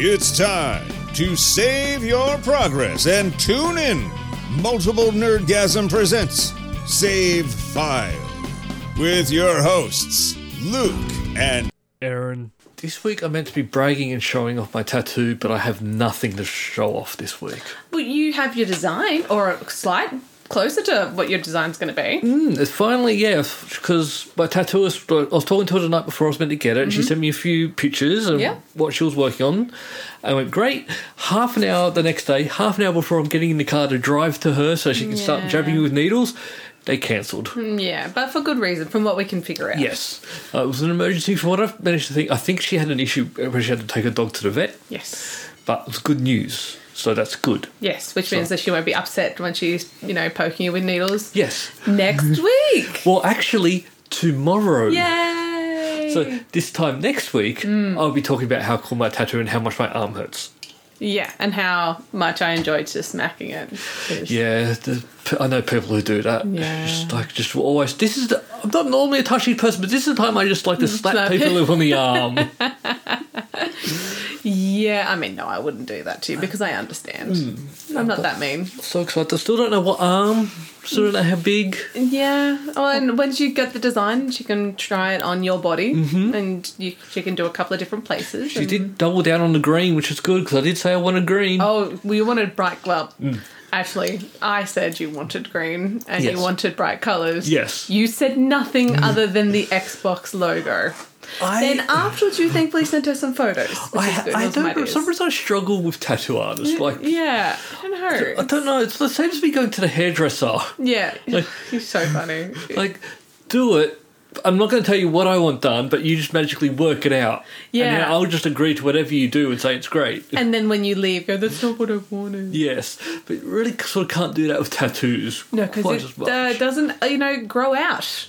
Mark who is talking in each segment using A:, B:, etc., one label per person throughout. A: It's time to save your progress and tune in. Multiple Nerdgasm presents Save File with your hosts, Luke and
B: Aaron.
C: This week I'm meant to be bragging and showing off my tattoo, but I have nothing to show off this week.
D: Well, you have your design or a slight closer to what your design's going to be.
C: Mm, it's finally, yeah, because my tattooist, I was talking to her the night before I was meant to get it, and she sent me a few pictures of
D: Mm-hmm. Yeah.
C: what she was working on. I went, great. Half an hour the next day, half an hour before I'm getting in the car to drive to her so she can start
D: Yeah.
C: jabbing me with needles, they cancelled.
D: Mm, Yeah, but for good reason, from what we can figure out.
C: Yes. Uh, it was an emergency for what I've managed to think. I think she had an issue where she had to take her dog to the vet,
D: Yes.
C: but it was good news, so that's good.
D: Yes, which means that she won't be upset when she's, you know, poking you with needles
C: Yes.
D: next week.
C: Well, actually, tomorrow.
D: Yay!
C: So this time next week,
D: Mm.
C: I'll be talking about how cool my tattoo and how much my arm hurts.
D: yeah, and how much I enjoyed just smacking it.
C: Yeah, the, I know people who do that.
D: Yeah.
C: Just like just always. This is. The, I'm not normally a touchy person, but this is the time I just like to slap
D: Mm, Slap.
C: people on the arm.
D: Yeah, I mean, no, I wouldn't do that to you because I understand.
C: Mm.
D: I'm not that mean.
C: so excited. I still don't know what arm. Still don't know how big.
D: Yeah. Oh, and once you get the design, she can try it on your body, and you, she can do a couple of different places.
C: Mm-hmm. She
D: and-
C: did double down on the green, which is good because I did say I want a green.
D: Mm. Oh, well, you wanted bright. Well, actually, I said you wanted green and
C: Mm. Yes.
D: you wanted bright colours.
C: Yes. Mm.
D: You said nothing other than the Xbox logo.
C: I,
D: then afterwards, you thankfully sent her some photos. Which is
C: I,
D: good.
C: I
D: Those are my
C: don't. For
D: days.
C: some reason, I struggle with tattoo artists. Like
D: yeah, I don't know.
C: I don't know. It's the same as me going to the hairdresser.
D: Yeah,
C: Like-
D: you're so funny.
C: like do it i'm not going to tell you what i want done but you just magically work it out and then
D: Yeah.
C: i'll just agree to whatever you do and say it's great
D: and then when you leave, go. That's not what I wanted.
C: yes but you really sort of can't do that with tattoos
D: No,
C: quite
D: because
C: as
D: it
C: much.
D: uh, doesn't, uh, you know, grow out.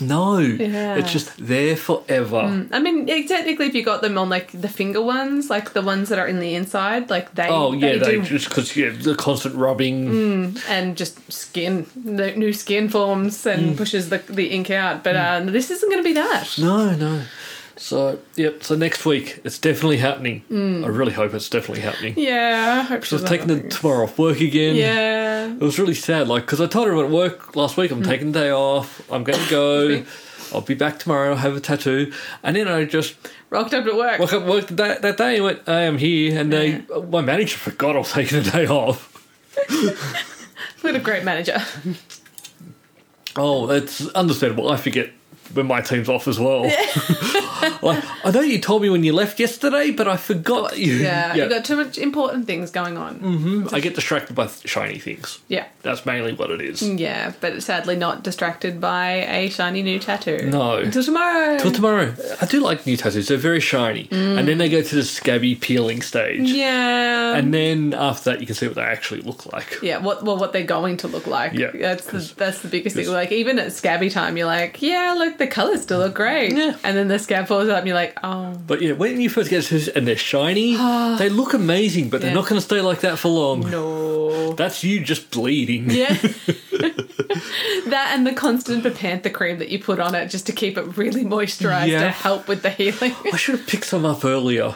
C: no
D: Yeah. Mm.
C: it's just there forever
D: I mean, yeah, technically, if you got them on like the finger ones, like the ones that are in the inside, like they,
C: oh yeah
D: they,
C: they,
D: do, Mm.
C: just because yeah, the constant rubbing
D: and just skin, the new skin forms
C: Mm.
D: and pushes the, the ink out. But uh, this isn't going to be that.
C: no no so yep so next week it's definitely happening i really hope it's definitely happening
D: Mm. Yeah, I hope
C: so
D: she's
C: i've taken the
D: alright.
C: tomorrow off work again
D: Yeah,
C: It was really sad, like, because I told her at work last week, I'm
D: Hmm.
C: taking the day off, I'm going to go, I'll be back tomorrow, I'll have a tattoo. And then I just
D: rocked up at work.
C: woke up work that, that day and went, I am here. And they,
D: Yeah.
C: my manager forgot I was taking the day off.
D: What a great manager.
C: Oh, it's understandable. I forget when my team's off as well. like, I know you told me when you left yesterday, but I forgot that you.
D: Yeah, you've got too much important things going on.
C: I get distracted by th- shiny things.
D: Yeah.
C: That's mainly what it is.
D: Yeah, but sadly not distracted by a shiny new tattoo.
C: No.
D: Until tomorrow.
C: Till tomorrow. I do like new tattoos. They're very shiny. And then they go to the scabby peeling stage.
D: Mm. Yeah.
C: And then after that, you can see what they actually look like.
D: Yeah, what well what they're going to look like.
C: Yeah,
D: that's
C: 'cause-
D: the, that's the biggest thing.
C: 'cause-
D: Like even at scabby time, you're like, yeah, look, the colours still look great.
C: Yeah.
D: and then the scab falls out, and you're like, oh,
C: But yeah, when you first get tattoos and they're shiny, they look amazing, but they're
D: Yeah.
C: not going to stay like that for long.
D: no.
C: That's you just bleeding.
D: Yeah, that and the constant bepanther cream that you put on it just to keep it really moisturized
C: Yeah.
D: to help with the healing.
C: I should have picked some up earlier.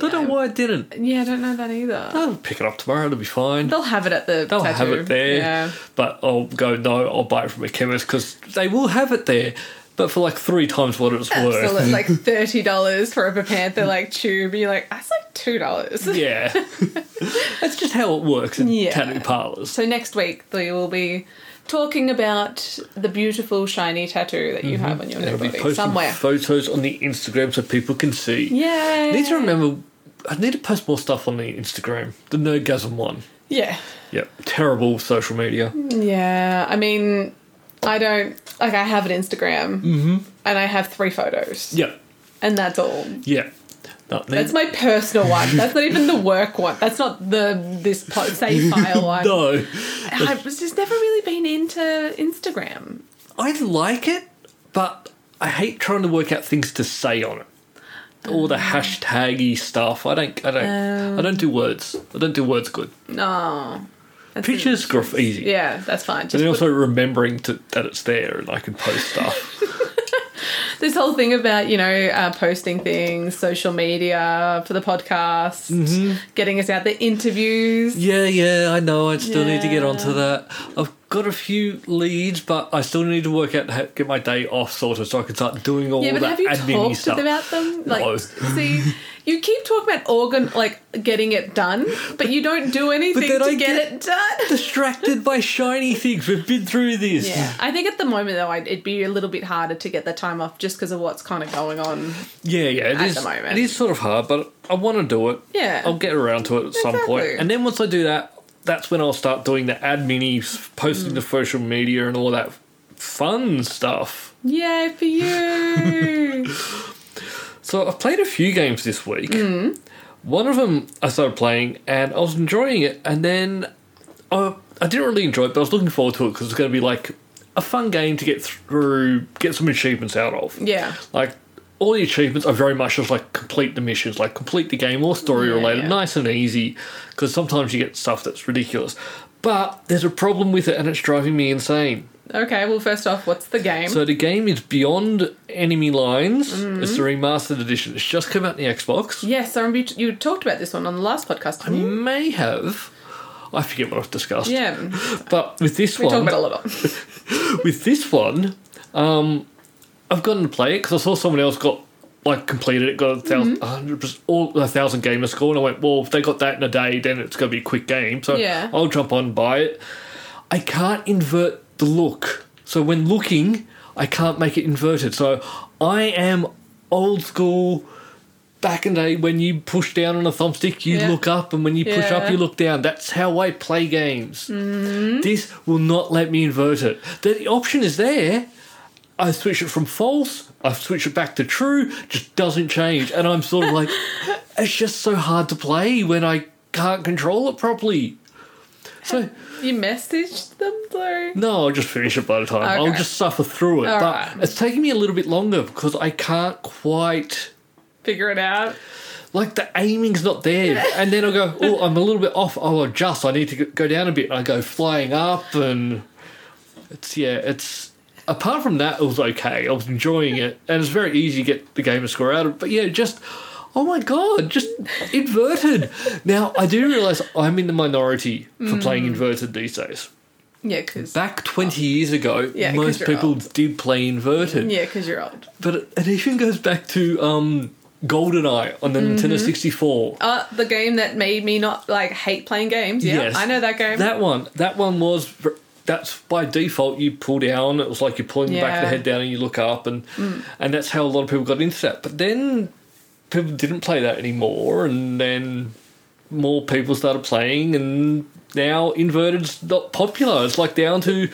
C: Don't know why I didn't.
D: yeah, I don't know that either.
C: I'll pick it up tomorrow. It'll be fine.
D: They'll have it at the
C: They'll
D: tattoo.
C: have it there.
D: Yeah,
C: But I'll go, no, I'll buy it from a chemist because they will have it there, but for like three times what it's worth.
D: absolutely. like thirty dollars for a bepanther like tube. You're like, that's like two dollars.
C: Yeah. That's just how it works in
D: Yeah.
C: tattoo parlors.
D: So next week we will be talking about the beautiful shiny tattoo that you have on your
C: I'll
D: new
C: Mm-hmm. be
D: body
C: posting
D: somewhere.
C: photos on the Instagram so people can see.
D: yeah.
C: I need to remember, I need to post more stuff on the Instagram, the Nerdgasm one.
D: Yeah.
C: Yep, terrible social media.
D: Mm. Yeah. I mean, I don't like. I have an Instagram,
C: Mm-hmm.
D: and I have three photos,
C: Yep,
D: and that's all.
C: yeah. No,
D: That's my personal one. That's not even the work one. That's not the this po- save file one.
C: no,
D: I've just never really been into Instagram.
C: I like it, but I hate trying to work out things to say on it. All
D: Mm.
C: the hashtaggy stuff. I don't. I don't. I don't do words. I don't do words good.
D: Um. No. That's
C: Pictures, gruff, easy.
D: Yeah, that's fine.
C: And
D: Just
C: then
D: put
C: also remembering to, that it's there and I can post stuff.
D: this whole thing about you know uh, posting things, social media for the podcast,
C: Mm-hmm.
D: getting us out there, interviews.
C: Yeah, yeah, I know. I still need to get
D: Yeah.
C: onto that. I've got a few leads, but I still need to work out how to get my day off sorted so I can start doing all
D: Yeah, but
C: that
D: have you
C: admin
D: talked
C: stuff.
D: about them? Like,
C: No.
D: see, you keep talking about organ, like getting it done, but you don't do anything
C: then
D: to
C: I get-
D: get it done.
C: Distracted by shiny things. We've been through this.
D: Yeah, I think at the moment though, I'd, it'd be a little bit harder to get the time off just because of what's kind of going on.
C: Yeah, yeah, it
D: At
C: is.
D: the moment.
C: It is sort of hard, but I want to do it.
D: Yeah.
C: I'll get around to it at some point.
D: Exactly.
C: And then once I do that, that's when I'll start doing the admin posting
D: Mm.
C: the social media and all that fun stuff.
D: Yay for you!
C: So I've played a few games this week.
D: Mm.
C: One of them I started playing and I was enjoying it, and then I, I didn't really enjoy it, but I was looking forward to it because it's going to be like a fun game to get through, get some achievements out of.
D: yeah,
C: Like all the achievements are very much just like complete the missions, like complete the game or story
D: Yeah,
C: related,
D: yeah.
C: nice and easy. Because sometimes you get stuff that's ridiculous, but there's a problem with it and it's driving me insane.
D: okay. Well, first off, what's the game?
C: So the game is Beyond Enemy Lines. It's the
D: Mm.
C: remastered edition. It's just come out on the Xbox.
D: yes, I remember you, t- you talked about this one on the last podcast. didn't you?
C: May have. I forget what I've discussed.
D: Hmm? Yeah,
C: But with this
D: we talked
C: one,
D: about a lot. of-
C: with this one, um, I've gotten to play it because I saw someone else got like completed it, got a
D: Mm-hmm.
C: 1000 percent, all a thousand gamer score, and I went, well, if they got that in a day, then it's going to be a quick game. So
D: Yeah.
C: I'll jump on and buy it. I can't invert the look, so when looking, I can't make it inverted. So I am old school. Back in the day, when you push down on a thumbstick, you
D: Yeah.
C: look up, and when you push
D: Yeah. Mm-hmm.
C: up, you look down. That's how I play games. This will not let me invert it. The option is there. I switch it from false, I switch it back to true, just doesn't change. And I'm sort of like, it's just so hard to play when I can't control it properly. So,
D: you messaged them though.
C: no, I'll just finish it by the time. I'll
D: Okay.
C: just suffer through it.
D: All
C: but
D: right.
C: it's taking me a little bit longer because I can't quite.
D: Figure it out.
C: Like the aiming's not there, and then I go, "Oh, I'm a little bit off. I'll adjust. I need to g- go down a bit." And I go flying up, and it's yeah, it's apart from that, it was okay. I was enjoying it, and it's very easy to get the gamer score out of. But yeah, just oh my god, just inverted. Now I do realize I'm in the minority for
D: Mm.
C: playing inverted these days.
D: Yeah, because
C: Back 20 years ago,
D: Yeah, 'cause
C: most
D: you're
C: people
D: old.
C: did play inverted
D: yeah, because you're old.
C: but it, it even goes back to um, GoldenEye on the
D: Mm-hmm.
C: Nintendo 64.
D: Uh, the game that made me not like hate playing games. Yeah,
C: Yes.
D: I know that game.
C: That one, that one was that's by default you pull down. It was like you're pulling the back of the
D: Yeah. Hmm.
C: head down and you look up, and and that's how a lot of people got into that. But then people didn't play that anymore, and then more people started playing, and now inverted's not popular. It's like down to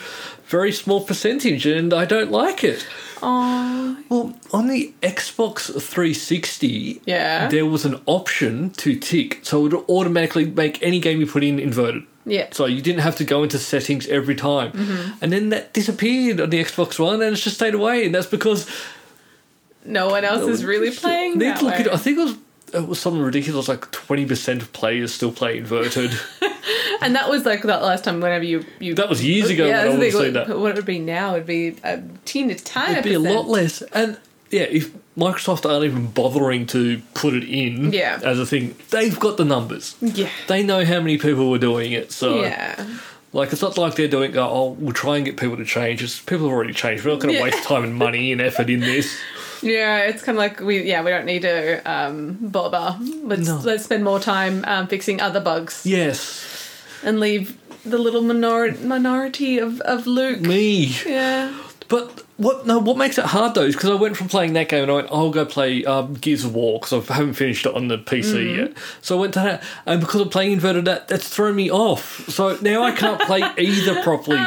C: very small percentage, and I don't like it.
D: oh,
C: Well, on the Xbox 360,
D: Yeah.
C: there was an option to tick, so it would automatically make any game you put in inverted.
D: Yeah. Mm-hmm.
C: So you didn't have to go into settings every time. And then that disappeared on the Xbox One, and it's just stayed away. And that's because
D: no one else is really playing.
C: Need
D: That
C: to look
D: way.
C: at- I think it was it was something ridiculous, like twenty percent of players still play inverted.
D: And that was like that last time. Whenever you you
C: that was years ago.
D: yeah,
C: when I
D: that's
C: would
D: the
C: have
D: thing,
C: seen
D: what,
C: that.
D: what it would be now would be a teen to tiny
C: It'd be a lot
D: percent.
C: less. And yeah, if Microsoft aren't even bothering to put it in
D: Yeah.
C: as a thing, they've got the numbers.
D: Yeah.
C: They know how many people were doing it, so
D: Yeah.
C: like it's not like they're doing. Oh, oh, we'll try and get people to change. It's, people have already changed. We're not going to
D: Yeah.
C: waste time and money and effort in this.
D: Yeah, it's kind of like we yeah we don't need to um, bother. Let's
C: No.
D: let's spend more time um, fixing other bugs
C: Yes,
D: and leave the little minor- minority of of Luke.
C: me.
D: Yeah.
C: But what no? What makes it hard though is because I went from playing that game and I went, I'll go play um, Gears of War because I haven't finished it on the PC
D: Mm-hmm.
C: yet. So I went to that, and because I'm playing inverted, that that's thrown me off. So now I can't play either properly.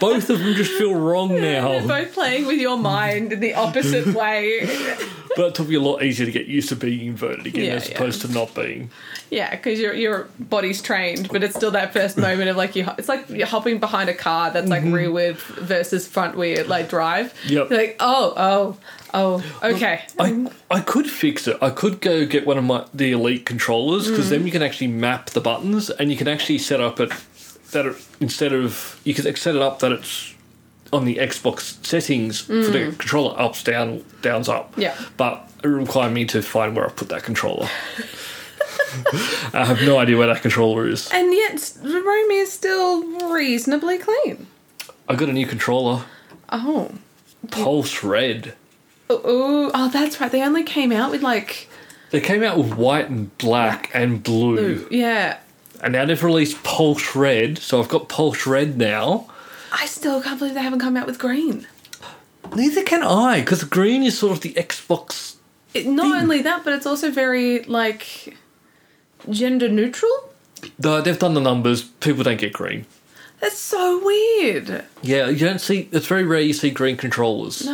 C: Both of them just feel wrong
D: You're
C: now.
D: both playing with your mind in the opposite way.
C: But it took me a lot easier to get used to being inverted again
D: Yeah,
C: as
D: yeah.
C: opposed to not being.
D: Yeah, because your your body's trained, but it's still that first moment of like you. It's like you're hopping behind a car that's like rear wheel versus front wheel like drive.
C: Yep.
D: You're like oh oh oh okay.
C: I I could fix it. I could go get one of my the elite controllers because then you can actually map the buttons and you can actually set up it that it, instead of you can set it up that it's on the Xbox settings for the controller ups, down, downs, up.
D: Yeah.
C: But it required me to find where I put that controller. I have no idea where that controller is.
D: And yet, the room is still reasonably clean.
C: I got a new controller,
D: Oh.
C: Pulse Red.
D: Ooh, ooh. Oh, that's right. They only came out with like.
C: They came out with white and black and blue,
D: Yeah.
C: and now they've released Pulse Red. So I've got Pulse Red now.
D: I still can't believe they haven't come out with green.
C: Neither can I, because green is sort of the Xbox.
D: It, not only that, but it's also very like gender neutral.
C: No, they've done the numbers. People don't get green.
D: That's so weird.
C: Yeah, you don't see. It's very rare you see green controllers.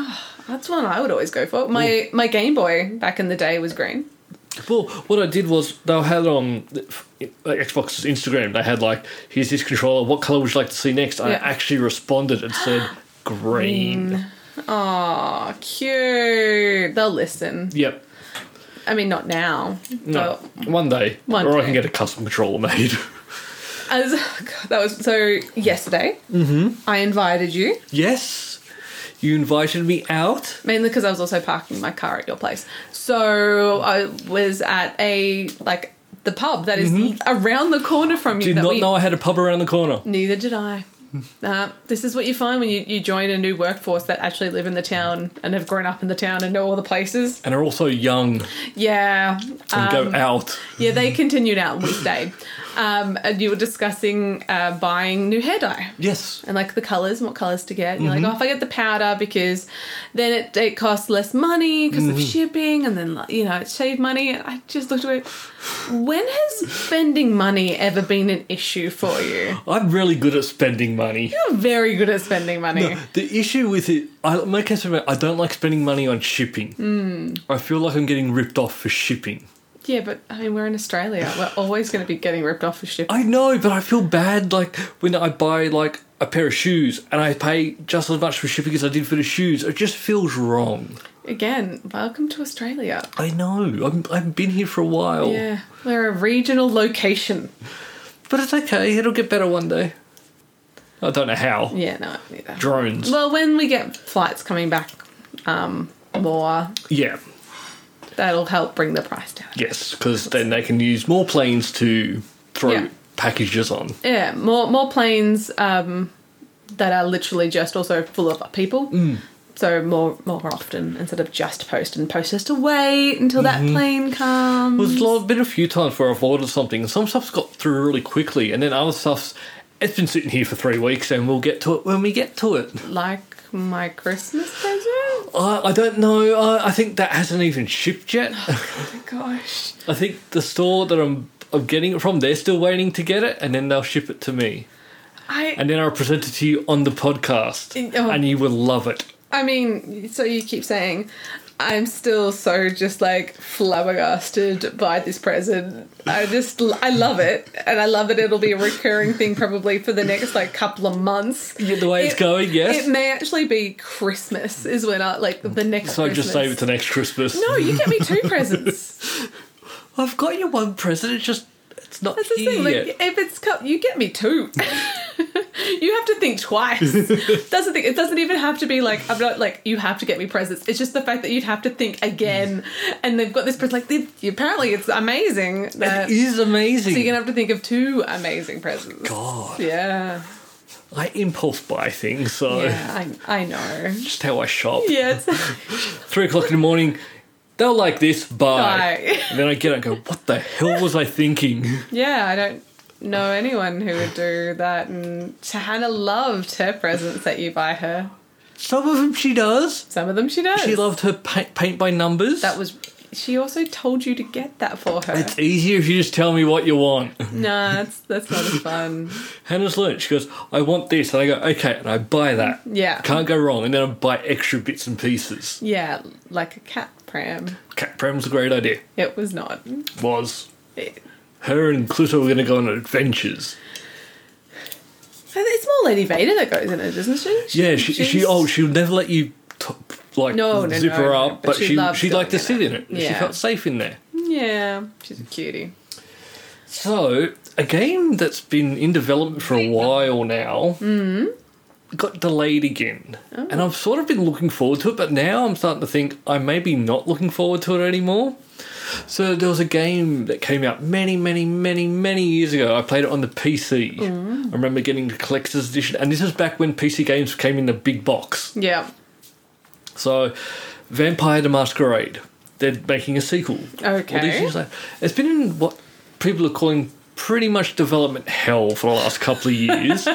D: That's one I would always go for. My my Game Boy back in the day was green.
C: Well, what I did was they had on like, Xbox's Instagram. They had like, "Here's this controller. What color would you like to see next?" I
D: Yeah.
C: actually responded and said green.
D: Aw, cute. They'll listen.
C: Yep.
D: I mean, not now.
C: No.
D: but-
C: one day,
D: Oh. One
C: or I
D: day.
C: can get a custom controller made.
D: As God, that was so yesterday. Mm-hmm. I invited you
C: yes. You invited me out.
D: mainly because I was also parking my car at your place. So I was at a like the pub that is around the corner from you.
C: Did Mm-hmm.
D: that
C: not
D: we, Mm.
C: know I had a pub around the corner.
D: Neither did I. Uh, this is what you find when you, you join a new workforce that actually live in the town and have grown up in the town and know all the places.
C: And are also young
D: Yeah.
C: and
D: um,
C: go out.
D: Yeah, they continued out. We stayed. Um, and you were discussing uh, buying new hair dye
C: Yes.
D: and like the colors and what colors to get. And
C: Mm-hmm.
D: you're like, oh, if I get the powder because then it, it costs less money because
C: Mm-hmm.
D: of shipping and then, like, you know, it's save money. And I just looked at it. When has spending money ever been an issue for you?
C: I'm really good at spending money.
D: You're very good at spending money.
C: The issue with it, I, my case, remember, I don't like spending money on shipping.
D: Mm.
C: I feel like I'm getting ripped off for shipping.
D: Yeah, but I mean, we're in Australia. We're always going to be getting ripped off for shipping.
C: I know, but I feel bad like when I buy like a pair of shoes and I pay just as much for shipping as I did for the shoes. It just feels wrong.
D: Again, welcome to Australia.
C: I know. I'm, I've been here for a while,
D: Yeah, we're a regional location.
C: but it's okay. It'll get better one day. I don't know how.
D: Yeah, no, neither.
C: Drones.
D: Well, when we get flights coming back um, more,
C: yeah.
D: that'll help bring the price down.
C: Yes, because then they can use more planes to throw
D: Yeah.
C: packages on.
D: Yeah, more more planes um, that are literally just also full of people.
C: Mm.
D: So more more often instead of just post and post has to wait until that
C: Mm-hmm.
D: plane comes.
C: There's a lot, been a few times where I've ordered something, and some stuff's got through really quickly, and then other stuff's it's been sitting here for three weeks, and we'll get to it when we get to it.
D: like my Christmas present.
C: I, I don't know. I, I think that hasn't even shipped yet.
D: Oh gosh.
C: I think the store that I'm I'm getting it from, they're still waiting to get it, and then they'll ship it to me,
D: I
C: and then I'll present it to you on the podcast,
D: Oh.
C: and you will love it.
D: I mean, so you keep saying I'm still so just like flabbergasted by this present. I just I love it and I love it it'll be a recurring thing probably for the next like couple of months.
C: Yeah, the way it's
D: It-
C: going, yes.
D: It may actually be Christmas is when I like the next
C: so I
D: Christmas.
C: just save it to next Christmas.
D: No, you get me two presents.
C: I've got you one present. It's just it's not
D: That's the
C: here
D: thing.
C: yet.
D: Like, if it's co- you get me two. you have to think twice. That's the thing. It doesn't even have to be like I'm not like you have to get me presents. It's just the fact that you'd have to think again, and they've got this present. Like they, apparently, it's amazing. That,
C: it is amazing.
D: so you're gonna have to think of two amazing presents.
C: God,
D: Yeah,
C: I impulse buy things, so
D: yeah, I, I know.
C: just how I shop.
D: Yeah, it's,
C: Three o'clock in the morning, they'll like this, bye.
D: Bye.
C: And then I get up and go, what the hell was I thinking?
D: yeah. I don't know anyone who would do that. And Hannah loved her presents that you buy her.
C: Some of them she does.
D: Some of them she does.
C: She loved her pa- paint by numbers.
D: That was. She also told you to get that for her.
C: it's easier if you just tell me what you want.
D: nah, that's that's not as fun.
C: Hannah's learned. She goes, I want this. And I go, okay. And I buy that.
D: Yeah.
C: Can't go wrong. And then I buy extra bits and pieces.
D: Yeah, like a cat pram.
C: Cat Pram's a great idea.
D: It was not.
C: Was.
D: It-
C: Her and Cluto were going to go on adventures.
D: it's more Lady Vader that goes in it, isn't she?
C: Yeah, she, she
D: she's-
C: oh she'll never let you t- like
D: No, no,
C: zip
D: no,
C: her
D: no,
C: up, but,
D: but she
C: she
D: loves
C: she liked to
D: going
C: sit
D: in
C: in
D: it.
C: it. She
D: Yeah.
C: felt safe in there.
D: Yeah, she's a cutie.
C: So a game that's been in development for a while now
D: Mm-hmm.
C: got delayed again.
D: Oh.
C: And I've sort of been looking forward to it, but now I'm starting to think I'm maybe not looking forward to it anymore. So there was a game that came out many, many, many, many years ago. I played it on the PC.
D: Mm-hmm.
C: I remember getting the collector's edition, and this is back when PC games came in the big box.
D: Yeah.
C: So, Vampire the Masquerade. They're making a sequel. All these
D: Okay.
C: years later. It's been in what people are calling pretty much development hell for the last couple of years.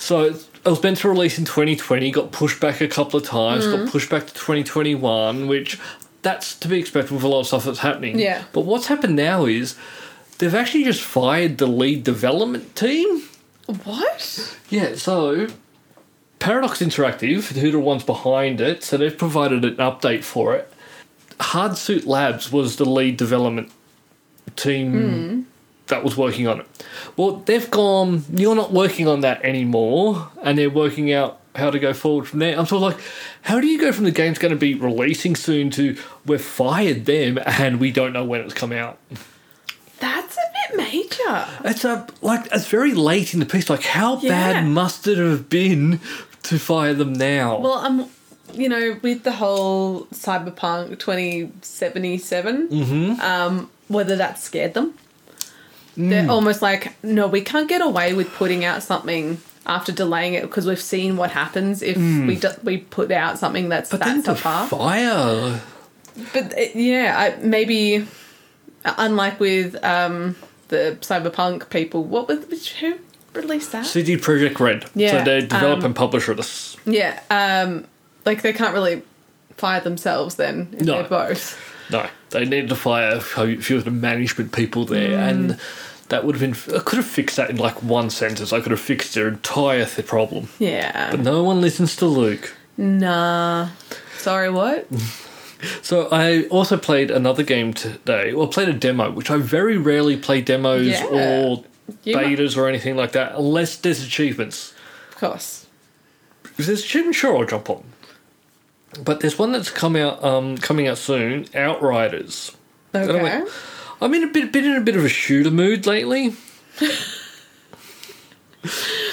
C: so it's- it was meant to release in 2020, got pushed back a couple of times,
D: Mm-hmm.
C: got pushed back to 2021, which that's to be expected with a lot of stuff that's happening.
D: Yeah.
C: But what's happened now is they've actually just fired the lead development team.
D: What?
C: Yeah, so Paradox Interactive, who are the ones behind it, so they've provided an update for it. Hard Suit Labs was the lead development team that was working on it. Well, they've gone, you're not working on that anymore, and they're working out how to go forward from there. I'm sort of like, how do you go from the game's going to be releasing soon to we've fired them and we don't know when it's come out?
D: That's a bit major.
C: It's a like it's very late in the piece. Like how
D: Yeah.
C: bad must it have been to fire them now?
D: Well, I'm, you know, with the whole Cyberpunk 2077, um, whether that scared them. They're almost like, no, we can't get away with putting out something after delaying it because we've seen what happens if we do- we put out something that's that
C: to
D: so far.
C: fire.
D: But it, yeah, I, maybe uh, unlike with um, the Cyberpunk people, what was which, who released that?
C: CD Projekt Red.
D: Yeah,
C: So they develop
D: um,
C: and publish this.
D: Yeah, um, like they can't really fire themselves then if
C: No.
D: they're both.
C: No, they needed to fire a few of the management people there,
D: Hmm.
C: and that would have been. I could have fixed that in like one sentence. I could have fixed their entire th- problem.
D: Yeah.
C: No one listens to Luke.
D: Nah. Sorry, what?
C: So I also played another game today. Well, played a demo, which I very rarely play demos
D: Yeah.
C: or
D: You might-
C: betas or anything like that, unless there's achievements.
D: Of course.
C: If there's achievements, sure, I'll jump on. But there's one that's come out um, coming out soon, Outriders. I don't
D: Okay.
C: like- I'm in a bit, been in a bit of a shooter mood lately.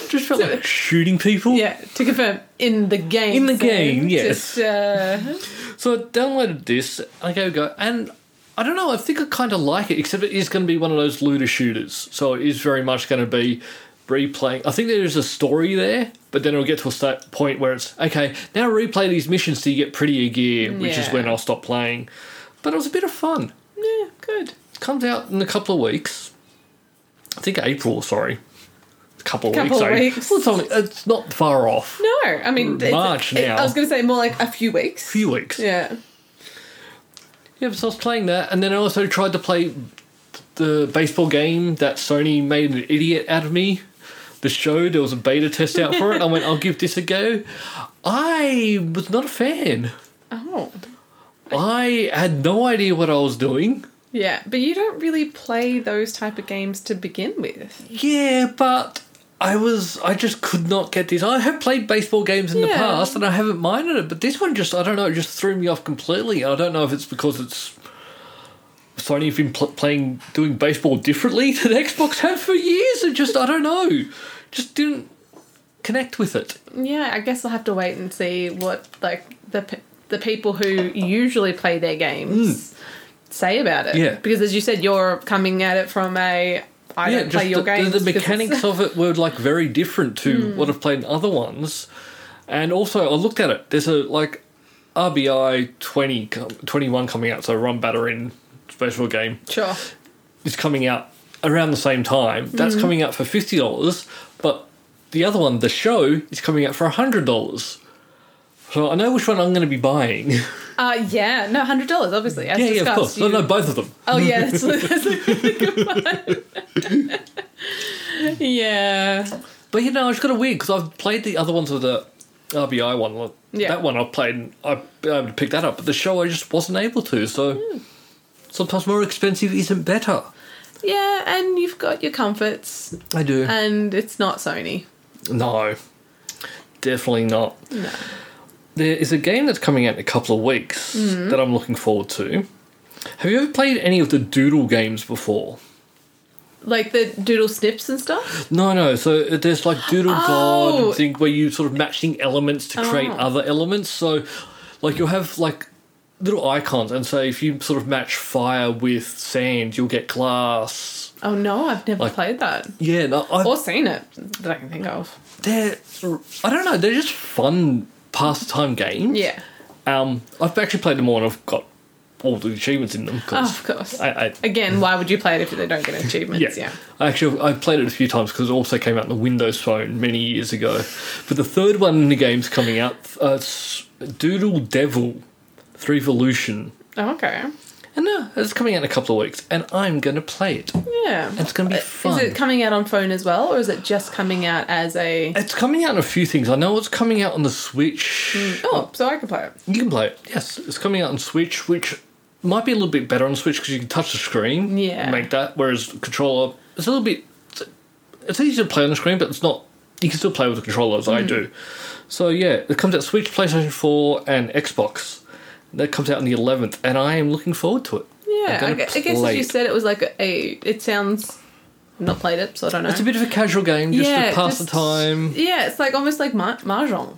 C: Just felt like shooting people.
D: Yeah, to confirm, in the game.
C: In the
D: so
C: game, yes.
D: Just, uh,
C: So I downloaded this. I go go, and I don't know. I think I kind of like it, except it is going to be one of those looter shooters. So it is very much going to be replaying. I think there is a story there, but then it'll get to a sta point where it's okay. Now replay these missions till you get prettier gear, which is
D: Yeah.
C: when I'll stop playing. But it was a bit of fun.
D: yeah, good.
C: Comes out in a couple of weeks. I think April. Sorry, a couple of
D: Couple
C: weeks.
D: of
C: sorry.
D: weeks.
C: Well, it's, only, it's not far off.
D: No, I mean, it's-
C: March
D: it-
C: now.
D: I was going to say more like a few weeks.
C: Few weeks.
D: Yeah.
C: Yeah, so I was playing that, and then I also tried to play the baseball game that Sony made an idiot out of me. The show, there was a beta test out for it. I went, I'll give this a go. I was not a fan.
D: Oh.
C: I had no idea what I was doing.
D: Yeah, but you don't really play those type of games to begin with.
C: Yeah, but I was, I just could not get this. I have played baseball games in the
D: Yeah.
C: past and I haven't minded it, but this one just, I don't know, it just threw me off completely. I don't know if it's because it's. Sony have been pl- playing, doing baseball differently than Xbox have for years. It just, I don't know. Just didn't connect with it.
D: Yeah, I guess I'll have to wait and see what like the p- the people who usually play their games say about it.
C: Mm. Yeah.
D: because as you said, you're comning at it from a I don't play your
C: the,
D: games.
C: The, the
D: because it's- Hmm.
C: mechanics of it were like very different to what I've played in other ones. And also, I looked at it. There's a like RBI 20, com- 21 coming out, so Run Batter in special game
D: Sure.
C: is coming out around the same time. That's
D: Hmm.
C: coming out for fifty dollars, but the other one, the show, is coming out for hundred dollars. So I know which one I'm going to be buying. yeah,
D: Uh, yeah, no, hundred dollars, obviously. As
C: yeah,
D: discussed,
C: of course.
D: you-
C: No, no, both of them.
D: Oh yeah, that's, that's a really good one. yeah,
C: But you know, it's kind of weird because I've played the other ones with the RBI one. like,
D: Yeah.
C: That one I played and I've been able to pick that up, but the show I just wasn't able to. So sometimes more expensive isn't better.
D: yeah, and you've got your comforts,
C: I do.
D: and it's not Sony.
C: no, definitely not.
D: No.
C: There is a game that's coming out in a couple of weeks that I'm looking forward to. Have you ever played any of the Doodle games before?
D: like the doodle snips and stuff?
C: No, no. So there's like Doodle God
D: Oh.
C: and thing where you sort of matching elements to create
D: Oh.
C: other elements. So, like you'll have like little icons, and so if you sort of match fire with sand, you'll get glass.
D: Oh no, I've never
C: Like-
D: played that
C: Yeah, no, I,
D: or seen it that I can think of.
C: they're I don't know. They're just fun pastime games.
D: Yeah.
C: Um, I've actually played them all, and I've got all the achievements in them.
D: Oh,
C: 'cause
D: of course.
C: I, I
D: Again, why would you play it if they don't get achievements? Yeah.
C: Actually, I've played it a few times because it also came out on the Windows Phone many years ago. But the third one in the game's coming out uh, it's Doodle Devil 3 Evolution.
D: Oh, okay.
C: And no, it's coming out in a couple of weeks, and I'm going to play it.
D: Yeah.
C: It's gonna be
D: Uh,
C: fun.
D: Is it coming out on phone as well, or is it just coming out as a?
C: It's coming out in a few things. I know it's coming out on the Switch.
D: Oh, so I can play it.
C: You can play it. Yes, it's coming out on Switch, which might be a little bit better on Switch because you can touch the screen.
D: Yeah.
C: And make that. Whereas controller, it's a little bit. it's- It's easy to play on the screen, but it's not. You can still play with the controller as I
D: Mm.
C: do. So yeah, it comes out Switch, PlayStation Four, and Xbox. That comes out on the eleventh, and I am looking forward to it.
D: Yeah. I,
C: I'm gonna
D: gu- I guess
C: play
D: as you
C: it.
D: said, it was like a. a- It sounds. I've Not played it, so I don't know.
C: it's a bit of a casual game just to pass
D: just-
C: the time.
D: Yeah, it's like almost like ma- mahjong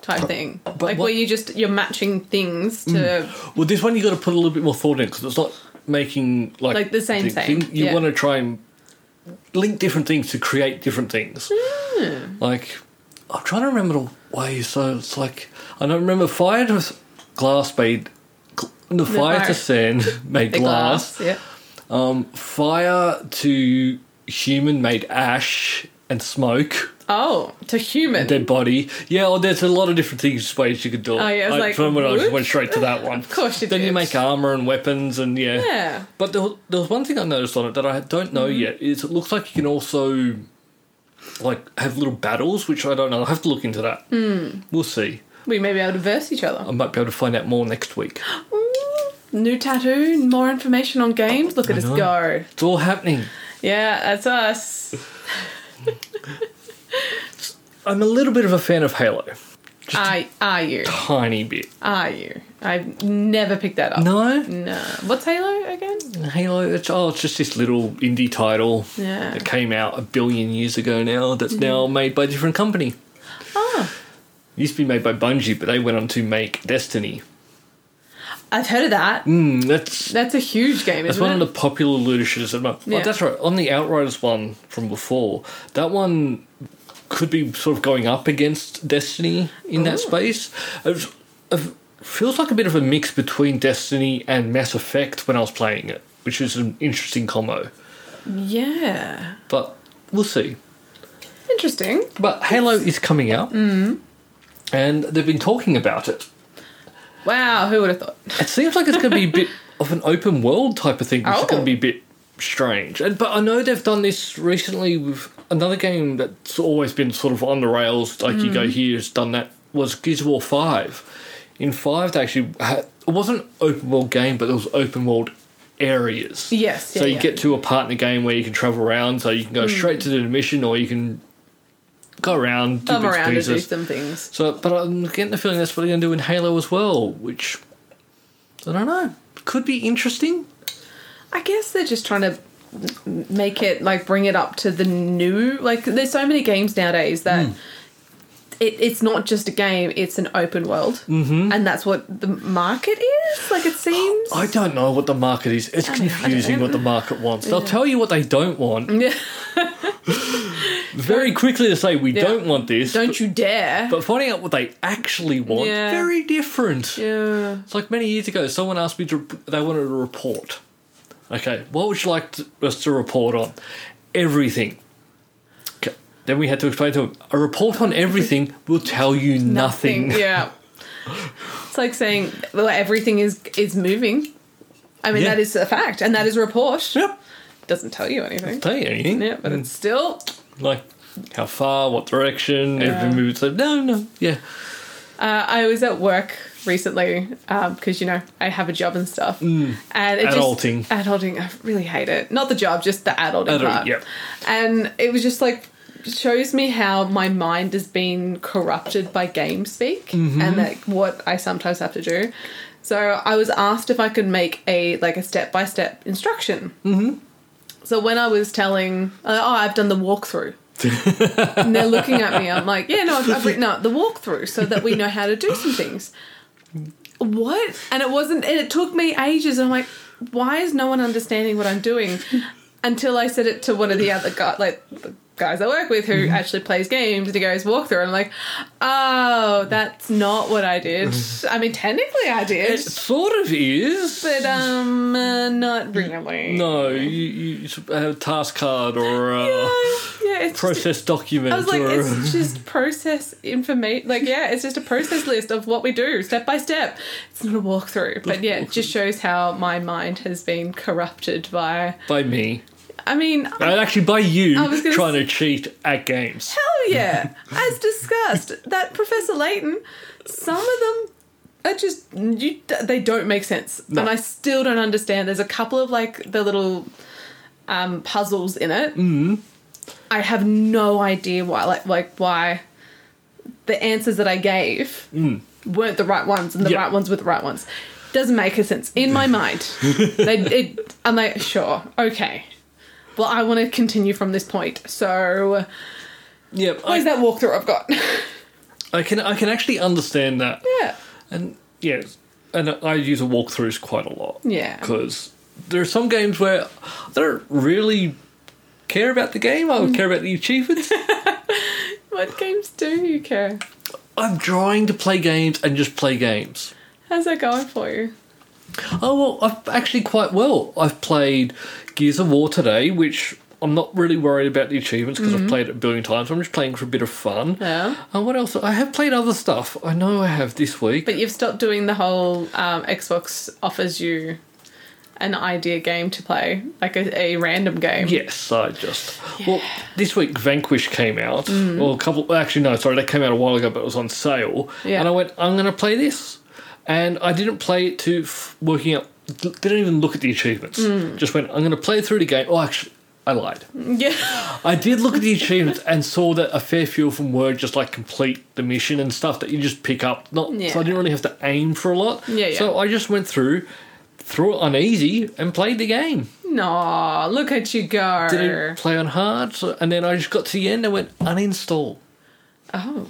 D: type thing, like
C: what- Mm.
D: where you just you're matching things to.
C: Well, this one you got to put a little bit more thought in because it's not making like
D: Like the same
C: thing.
D: thing,
C: You
D: yeah.
C: want to try and link different things to create different things. Like I'm trying to remember the way. So it's like I don't remember fire to glass made gl- the fire
D: fire-
C: to sand made
D: the
C: glass.
D: glass. Yeah.
C: Um, fire to human made ash and smoke.
D: Oh, to human.
C: Dead body, yeah. Well, there's a lot of different things ways you could do it.
D: Oh, yeah, I was like,
C: from when I just
D: whoops.
C: went straight to that one. of
D: course you
C: Then you
D: did.
C: make armor and weapons, and yeah.
D: yeah. Mm-hmm.
C: But there, was- there was one thing I noticed on it that I don't know yet. Is it looks like you can also like have little battles, which I don't know. I'll have to look into that.
D: Hmm.
C: We'll see.
D: We may be able to verse each
C: I
D: other.
C: might be able to find out more next week.
D: New tattoo, more information on games. Look at
C: I
D: us
C: know.
D: go.
C: It's all happening.
D: Yeah, that's us.
C: I'm a little bit of a fan of Halo,
D: Are, are you?
C: tiny bit.
D: Are you? I've never picked that up.
C: No,
D: No. What's Halo again?
C: Halo. It's oh, it's just this little indie title
D: Yeah. Mm-hmm.
C: that came out a billion years ago now. That's now made by a different company.
D: Ah,
C: Used to be made by Bungie, but they went on to make Destiny.
D: I've heard of that.
C: Mm, that's
D: That's a huge game,
C: That's
D: isn't
C: one
D: it?
C: of the popular looter shooters at the moment.
D: Yeah.
C: Oh, that's right. On the Outriders one from before, that one could be sort of going up against Destiny in that
D: Oh.
C: space. It, was- it feels like a bit of a mix between Destiny and Mass Effect when I was playing it, which is an interesting combo.
D: yeah.
C: But we'll see.
D: Interesting.
C: But Halo is coming out,
D: Mm.
C: and they've been talking about it.
D: Wow, who would have thought?
C: It seems like it's going to be a bit of an open world type of thing, which is
D: Oh.
C: going to be a bit strange. And but I know they've done this recently with another game that's always been sort of on the rails. Like you go
D: Mm.
C: here, has done that was Gears of War Five. In Five, they actually had, it wasn't open world game, but it was open world areas.
D: Yes, yeah,
C: so you
D: yeah. Mm.
C: get to a part in the game where you can travel around. So you can go straight to the mission, or you can go around, do
D: Thumb
C: bits and
D: around and do
C: pieces.
D: some things.
C: So, but I'm getting the feeling that's what they're going to do in Halo as well, which I don't know. Could be interesting.
D: I guess they're just trying to m- make it like bring it up to the new. Like, there's so many games nowadays that.
C: Hmm.
D: It, it's not just a game; it's an open world, mm-hmm. and that's what the market is. Like it seems.
C: I don't know what the market is. It's
D: mean, I don't
C: confusing
D: know. Mm.
C: what the market wants. They'll tell you what they don't want very quickly to say we don't want this,
D: Don't you dare!
C: but finding out what they actually want
D: Yeah.
C: very different.
D: yeah.
C: It's like many years ago, someone asked me to. They wanted a report. Okay, what would you like to, us to report on? Everything. Okay. Then we had to explain to them a report on everything will tell you nothing.
D: Yeah. It's like saying, well, everything is is moving. I mean,
C: Yeah.
D: that is a fact, and that is a report.
C: Yep. Mm.
D: Doesn't tell you anything.
C: Tell you anything.
D: Yeah, but it's still.
C: Like how far, what direction,
D: Yeah.
C: every move. So no, no, yeah.
D: Uh, I was at work recently because you know I have a job and stuff, and it
C: Mm. Adulting.
D: Just, adulting, I really hate it. Not the job, just the adulting
C: Adult,
D: part.
C: yep.
D: And it was just like shows me how my mind has been corrupted by game speak
C: Mm-hmm.
D: and like what I sometimes have to do. So I was asked if I could make a like a step by step instruction. So when I was telling, uh, oh, I've done the walkthrough. and they're looking at me. I'm like, yeah, no, I've, I've written out the walkthrough so that we know how to do some things. What? And it wasn't, and it took me ages. And I'm like, why is no one understanding what I'm doing? Until I said it to one of the other guys, like the guys I work with who actually plays games, and he goes walkthrough. And I'm like, oh, that's not what I did. I mean, technically I did,
C: Sort of is.
D: but um, uh, not really.
C: No, you, you should have a task card or a
D: Yeah, yeah, it's just-
C: process document.
D: I was like,
C: or,
D: it's just process information. Like, yeah, it's just a process list of what we do step by step. It's not a walkthrough, but yeah, it just shows how my mind has been corrupted by.
C: by me.
D: I mean, hell
C: And actually, by you
D: I was gonna
C: trying to cheat at games.
D: yeah, as discussed, that Professor Layton, some of them are just you, they don't make sense, and I still don't understand. There's a couple of like the little um, puzzles in it. Mm. I have no idea why, like, like why the answers that I gave weren't the right ones, and the
C: Yeah.
D: right ones were the right ones. Doesn't make a sense in my mind. they, it, I'm like, sure, okay. Well, I want to continue from this point. So,
C: Yep,
D: where's
C: I,
D: that walkthrough I've got?
C: I can I can actually understand that.
D: yeah,
C: And yeah, and I use walkthroughs quite a lot.
D: Yeah.
C: Because there are some games where I don't really care about the game.
D: Mm-hmm.
C: I would care about the achievements.
D: what games do you care?
C: I'm trying to play games and just play games.
D: How's that going for you?
C: Oh well, I've actually quite well. I've played Gears of War today, which I'm not really worried about the achievements because I've played it a billion times. I'm just playing for a bit of fun.
D: Yeah.
C: And what else? I have played other stuff. I know I have this week.
D: But you've stopped doing the whole um, Xbox offers you an idea game to play, like a, a random game.
C: Yes, I just. Well, this week Vanquish came out.
D: Mm.
C: Well, a couple. Actually, no, sorry, that came out a while ago, but it was on sale.
D: Yeah.
C: And I went, I'm going to play this. And I didn't play it to f- working out. Didn't even look at the achievements.
D: Mm.
C: Just went, I'm going to play through the game. Oh, actually, I lied.
D: Yeah.
C: I did look at the achievements and saw that a fair few of them were just like complete the mission and stuff that you just pick up. Not so
D: Yeah.
C: I didn't really have to aim for a lot.
D: Yeah, yeah.
C: So I just went through, threw it on easy, and played the game.
D: No, look at you go.
C: Didn't play on hard, so, and then I just got to the end and went uninstall.
D: Oh,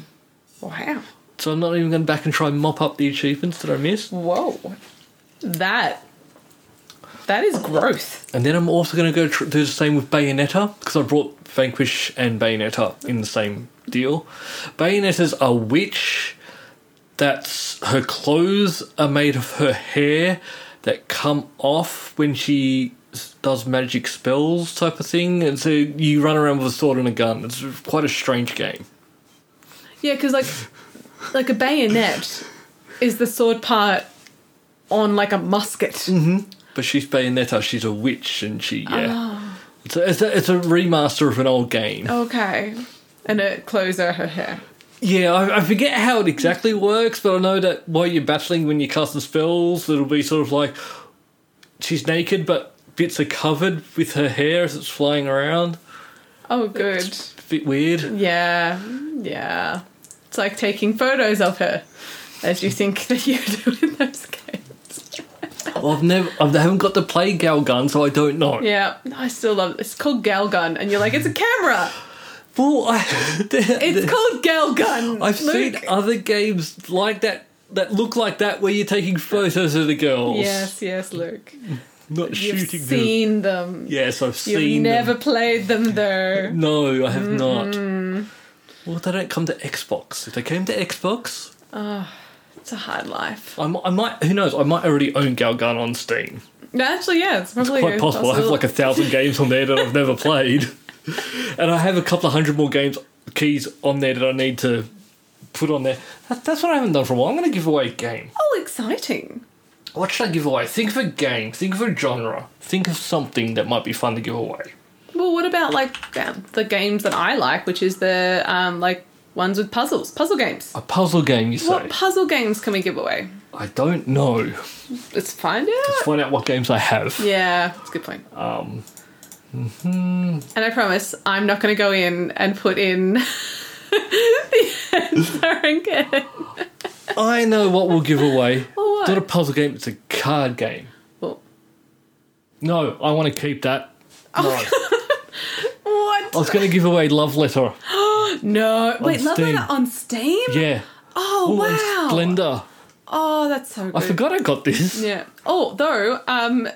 D: wow.
C: So I'm not even going back and try and mop up the achievements that I missed.
D: Whoa. That. That is growth.
C: And then I'm also going to go tr- do the same with Bayonetta because I brought Vanquish and Bayonetta in the same deal. Bayonetta's a witch. That's her clothes are made of her hair that come off when she s- does magic spells type of thing. And so you run around with a sword and a gun. It's quite a strange game.
D: Yeah, because like, like a bayonet is the sword part on like a musket.
C: But she's Bayonetta. She's a witch, and she yeah.
D: Ah.
C: It's a, it's a it's a remaster of an old game.
D: Okay. And it clothes are her hair.
C: Yeah, I, I forget how it exactly works, but I know that while you're battling, when you cast the spells, it'll be sort of like she's naked, but bits are covered with her hair as it's flying around.
D: Oh, good.
C: It's a bit weird.
D: Yeah, yeah. It's like taking photos of her, as you think that you do in those games.
C: I've never, I've, I haven't got to play Galgun, so I don't know.
D: Yeah, I still love It's called Gal Gun, and you're like, it's a camera.
C: Well, I,
D: It's called Gal Gun.
C: I've
D: Luke.
C: seen other games like that that look like that where you're taking photos of the girls,
D: Yes, yes, Luke.
C: not
D: You've
C: shooting them.
D: seen them.
C: Yes, I've
D: You've
C: seen. them.
D: never played them though.
C: No, I have not. Well, they don't come to Xbox. If they came to Xbox,
D: It's a hard life.
C: I, mi- I might. Who knows? I might already own Galgun on Steam.
D: No, Actually, yeah, it's probably
C: Quite possible. I have like a thousand games on there that I've never played, and I have a couple of hundred more games keys on there that I need to put on there. That, that's what I haven't done for a while. I'm going to give away a game.
D: oh, exciting.
C: What should I give away? Think of a game. Think of a genre. Think of something that might be fun to give away.
D: Well, what about like um, the games that I like, which is the um, like ones with puzzles, puzzle games.
C: A puzzle game, you say?
D: What puzzle games can we give away?
C: I don't know.
D: Let's find out.
C: Let's find out what games I have.
D: Yeah, it's a good point. Um, And I promise I'm not going to go in and put in the answer again.
C: I know what we'll give away.
D: Well, what?
C: It's not a puzzle game, it's a card game.
D: Well,
C: No, I want to keep that.
D: Oh,
C: No.
D: What?
C: I was going to give away Love Letter.
D: no. Wait, Love
C: Steam.
D: Letter on Steam?
C: Yeah.
D: Oh,
C: Ooh, and
D: wow.
C: Splendor.
D: Oh, that's so good.
C: I forgot I got this.
D: Yeah. Oh, though, um,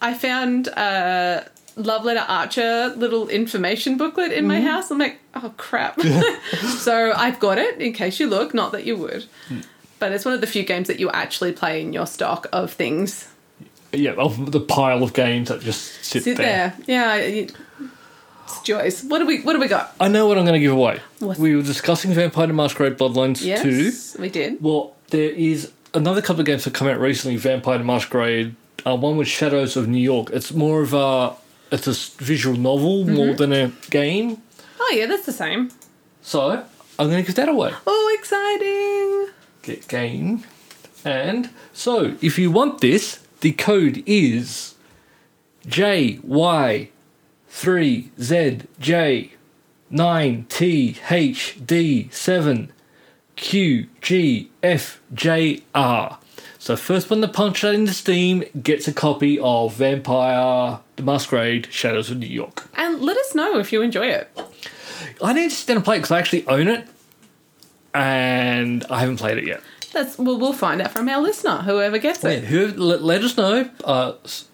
D: I found uh, Love Letter Archer little information booklet in
C: Mm-hmm.
D: my house. I'm like, oh crap. so I've got it in case you look. Not that you would,
C: Hmm.
D: but it's one of the few games that you actually play in your stock of things.
C: Yeah, of the pile of games that just sit,
D: Sit there. Yeah. you- It's Joyce. What do we? What do we got?
C: I know what I'm going to give away.
D: What's-
C: We were discussing Vampire the Masquerade Bloodlines 2.
D: Yes, we did.
C: Well, there is another couple of games that come out recently. Vampire the Masquerade. Uh, one with Shadows of New York. It's more of a it's a s- visual novel
D: Mm-hmm.
C: more than a game.
D: Oh yeah, that's the same.
C: So I'm going to give that away.
D: Oh, exciting!
C: Get game. And so if you want this, the code is J Y three Z J nine T H D seven Q G F J R. So first one to punch that into Steam gets a copy of Vampire the Masquerade Shadows of New York.
D: And let us know if you enjoy it.
C: I need to sit down and play it because I actually own it and I haven't played it yet.
D: That's well, we'll find out from our listener, whoever gets
C: Yeah,
D: it.
C: who, let, let us know. Uh, s-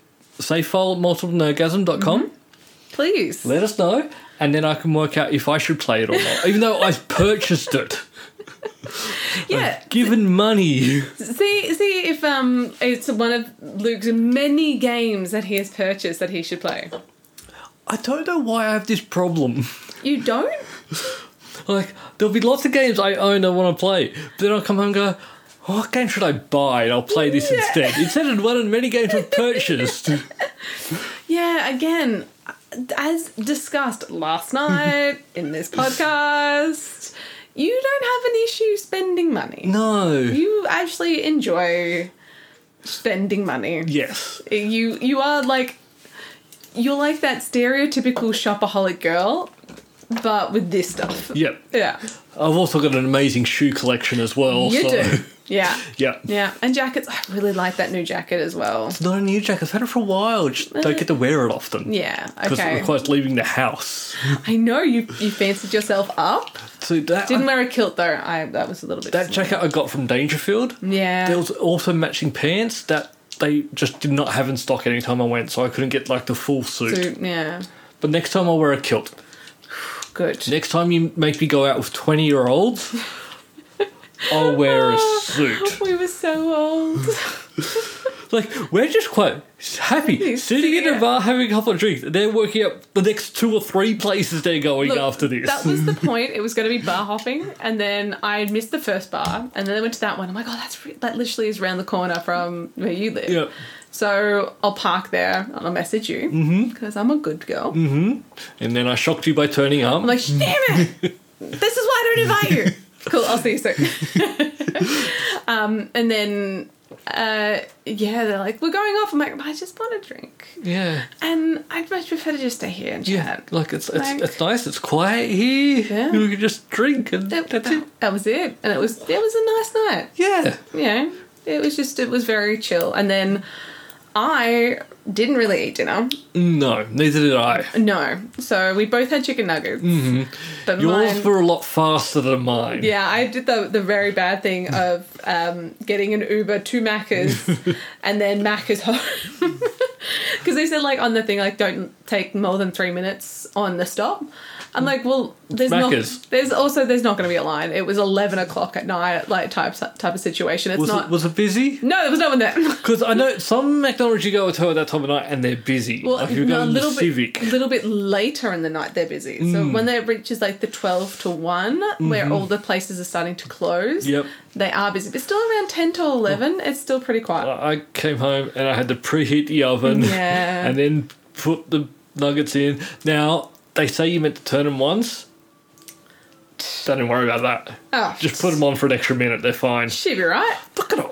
D: Mm-hmm.
C: safefoldmultiplenergasm.com.
D: Please.
C: Let us know, and then I can work out if I should play it or not. Even though I've purchased it,
D: Yeah.
C: given money.
D: See, see if um, it's one of Luke's many games that he has purchased that he should play.
C: I don't know why I have this problem.
D: You don't?
C: Like, there'll be lots of games I own I want to play, but then I'll come home and go, what game should I buy? And I'll play this
D: Yeah.
C: instead. Instead of one of the many games I've purchased.
D: Yeah. Again, as discussed last night in this podcast, you don't have an issue spending money.
C: No.
D: You actually enjoy spending money.
C: Yes.
D: You you are like you're like that stereotypical shopaholic girl, but with this stuff.
C: Yep.
D: Yeah.
C: I've also got an amazing shoe collection as well.
D: You
C: so.
D: do. Yeah.
C: Yeah.
D: Yeah, and jackets. I really like that new jacket as well.
C: not a new jacket. I've had it for a while. Just don't get to wear it often.
D: Yeah,
C: Because it
D: okay.
C: requires leaving the house.
D: I know you you fancied yourself up.
C: So that uh,
D: Didn't wear a kilt though. I that was a little bit.
C: that jacket I got from Dangerfield.
D: Yeah.
C: There was also matching pants that they just did not have in stock any time I went, so I couldn't get like the full suit.
D: So, yeah,
C: But next time I'll wear a kilt.
D: good.
C: Next time you make me go out with twenty year olds, I'll wear a suit.
D: We were so old.
C: Like we're just quite happy sitting in a bar having a couple of drinks. They're working out the next two or three places they're going
D: Look,
C: after this.
D: That was the point. It was going to be bar hopping, and then I missed the first bar, and then I went to that one. I'm like, oh, that's re- that literally is round the corner from where you live.
C: yeah.
D: So I'll park there and I'll message you
C: Mm-hmm.
D: because I'm a good girl.
C: And then I shocked you by turning up.
D: I'm like, "Shh, damn it! this is why I don't invite you. cool, I'll see you soon. um, and then, uh, yeah, they're like, we're going off. I'm like, I just want a drink.
C: yeah.
D: And I'd much prefer to just stay here and
C: Yeah,
D: chat.
C: like it's it's,
D: Like-
C: it's nice. It's quiet here.
D: Yeah.
C: You can just drink and
D: That,
C: that's
D: that-
C: it.
D: that was it. And it was, it was a nice night.
C: Yeah,
D: You know, it was just, it was very chill. And then I didn't really eat dinner.
C: no, neither did I.
D: No. So we both had chicken nuggets. But
C: Yours
D: mine-
C: were a lot faster than mine.
D: Yeah, I did the the very bad thing of um, getting an Uber to Macca's and then Macca's home. Because they said like on the thing like don't take more than three minutes on the stop. I'm like, well, there's
C: Macca's.
D: not. There's also there's not going to be a line. It was eleven o'clock at night, like type type of situation. It's
C: was
D: not.
C: it was it busy?
D: no, there was no one there.
C: Because I know some McDonald's you go to at that time of night and they're busy.
D: Well,
C: like if you
D: no,
C: go
D: a
C: to
D: little
C: the
D: bit,
C: Civic. Mm.
D: a little bit later in the night they're busy. So when it reaches like the twelve to one, where all the places are starting to close,
C: Mm-hmm. Yep.
D: they are busy. But still around ten to eleven, it's still pretty
C: I
D: quiet.
C: I came home and I had to preheat the oven.
D: Yeah.
C: and then put the nuggets in. Now they say you meant to turn them once. Don't worry about that.
D: Oh,
C: Just put them on for an extra minute. They're fine.
D: She'd be right.
C: not gonna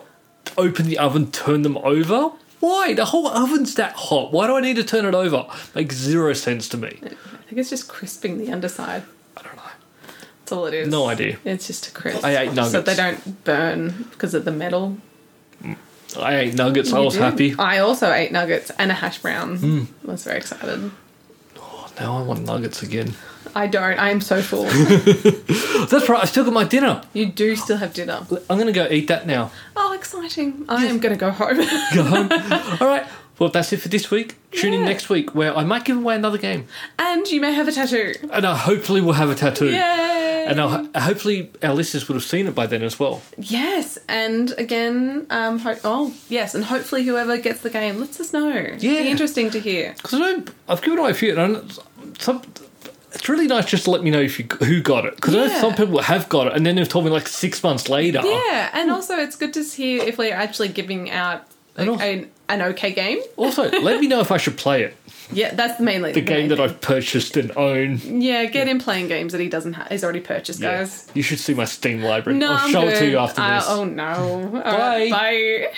C: open the oven, turn them over. Why? The whole oven's that hot. Why do I need to turn it over? Makes zero sense to me.
D: I think it's just crisping the underside.
C: I don't know.
D: That's all it is.
C: No idea.
D: It's just a crisp.
C: I ate
D: so
C: nuggets.
D: they don't burn because of the metal.
C: I ate nuggets. I
D: You
C: was
D: did.
C: happy. Mm.
D: I also ate nuggets and a hash brown. I was very excited.
C: Oh, I want nuggets again.
D: I don't. I am so full.
C: That's right. I still got my dinner.
D: you do still have dinner.
C: I'm gonna go eat that now.
D: Oh, exciting. I am going to go home.
C: Go home. All right. Well, that's it for this week. Tune in
D: Yeah.
C: next week where I might give away another game,
D: and you may have a tattoo.
C: and I hopefully will have a tattoo.
D: Yay.
C: And I'll, hopefully our listeners would have seen it by then as well.
D: Yes, and again, um, ho- oh yes, and hopefully whoever gets the game lets us know. It'd
C: Yeah.
D: be interesting to hear.
C: Because I know I've given away a few, and I know some, it's really nice just to let me know if you who got it. Because I know
D: Yeah.
C: some people have got it, and then they've told me like six months later.
D: Yeah,
C: Oh.
D: and also it's good to hear if we're actually giving out like,
C: And also-
D: an, an okay game.
C: Also, let me know if I should play it.
D: Yeah, that's mainly
C: The game that I've purchased and own.
D: Yeah, get him playing games that he doesn't ha- he's already purchased,
C: Yeah.
D: guys.
C: You should see my Steam library.
D: No,
C: I'll
D: I'm
C: show
D: good.
C: it to you after
D: I-
C: this.
D: oh no! All
C: Bye.
D: right, bye.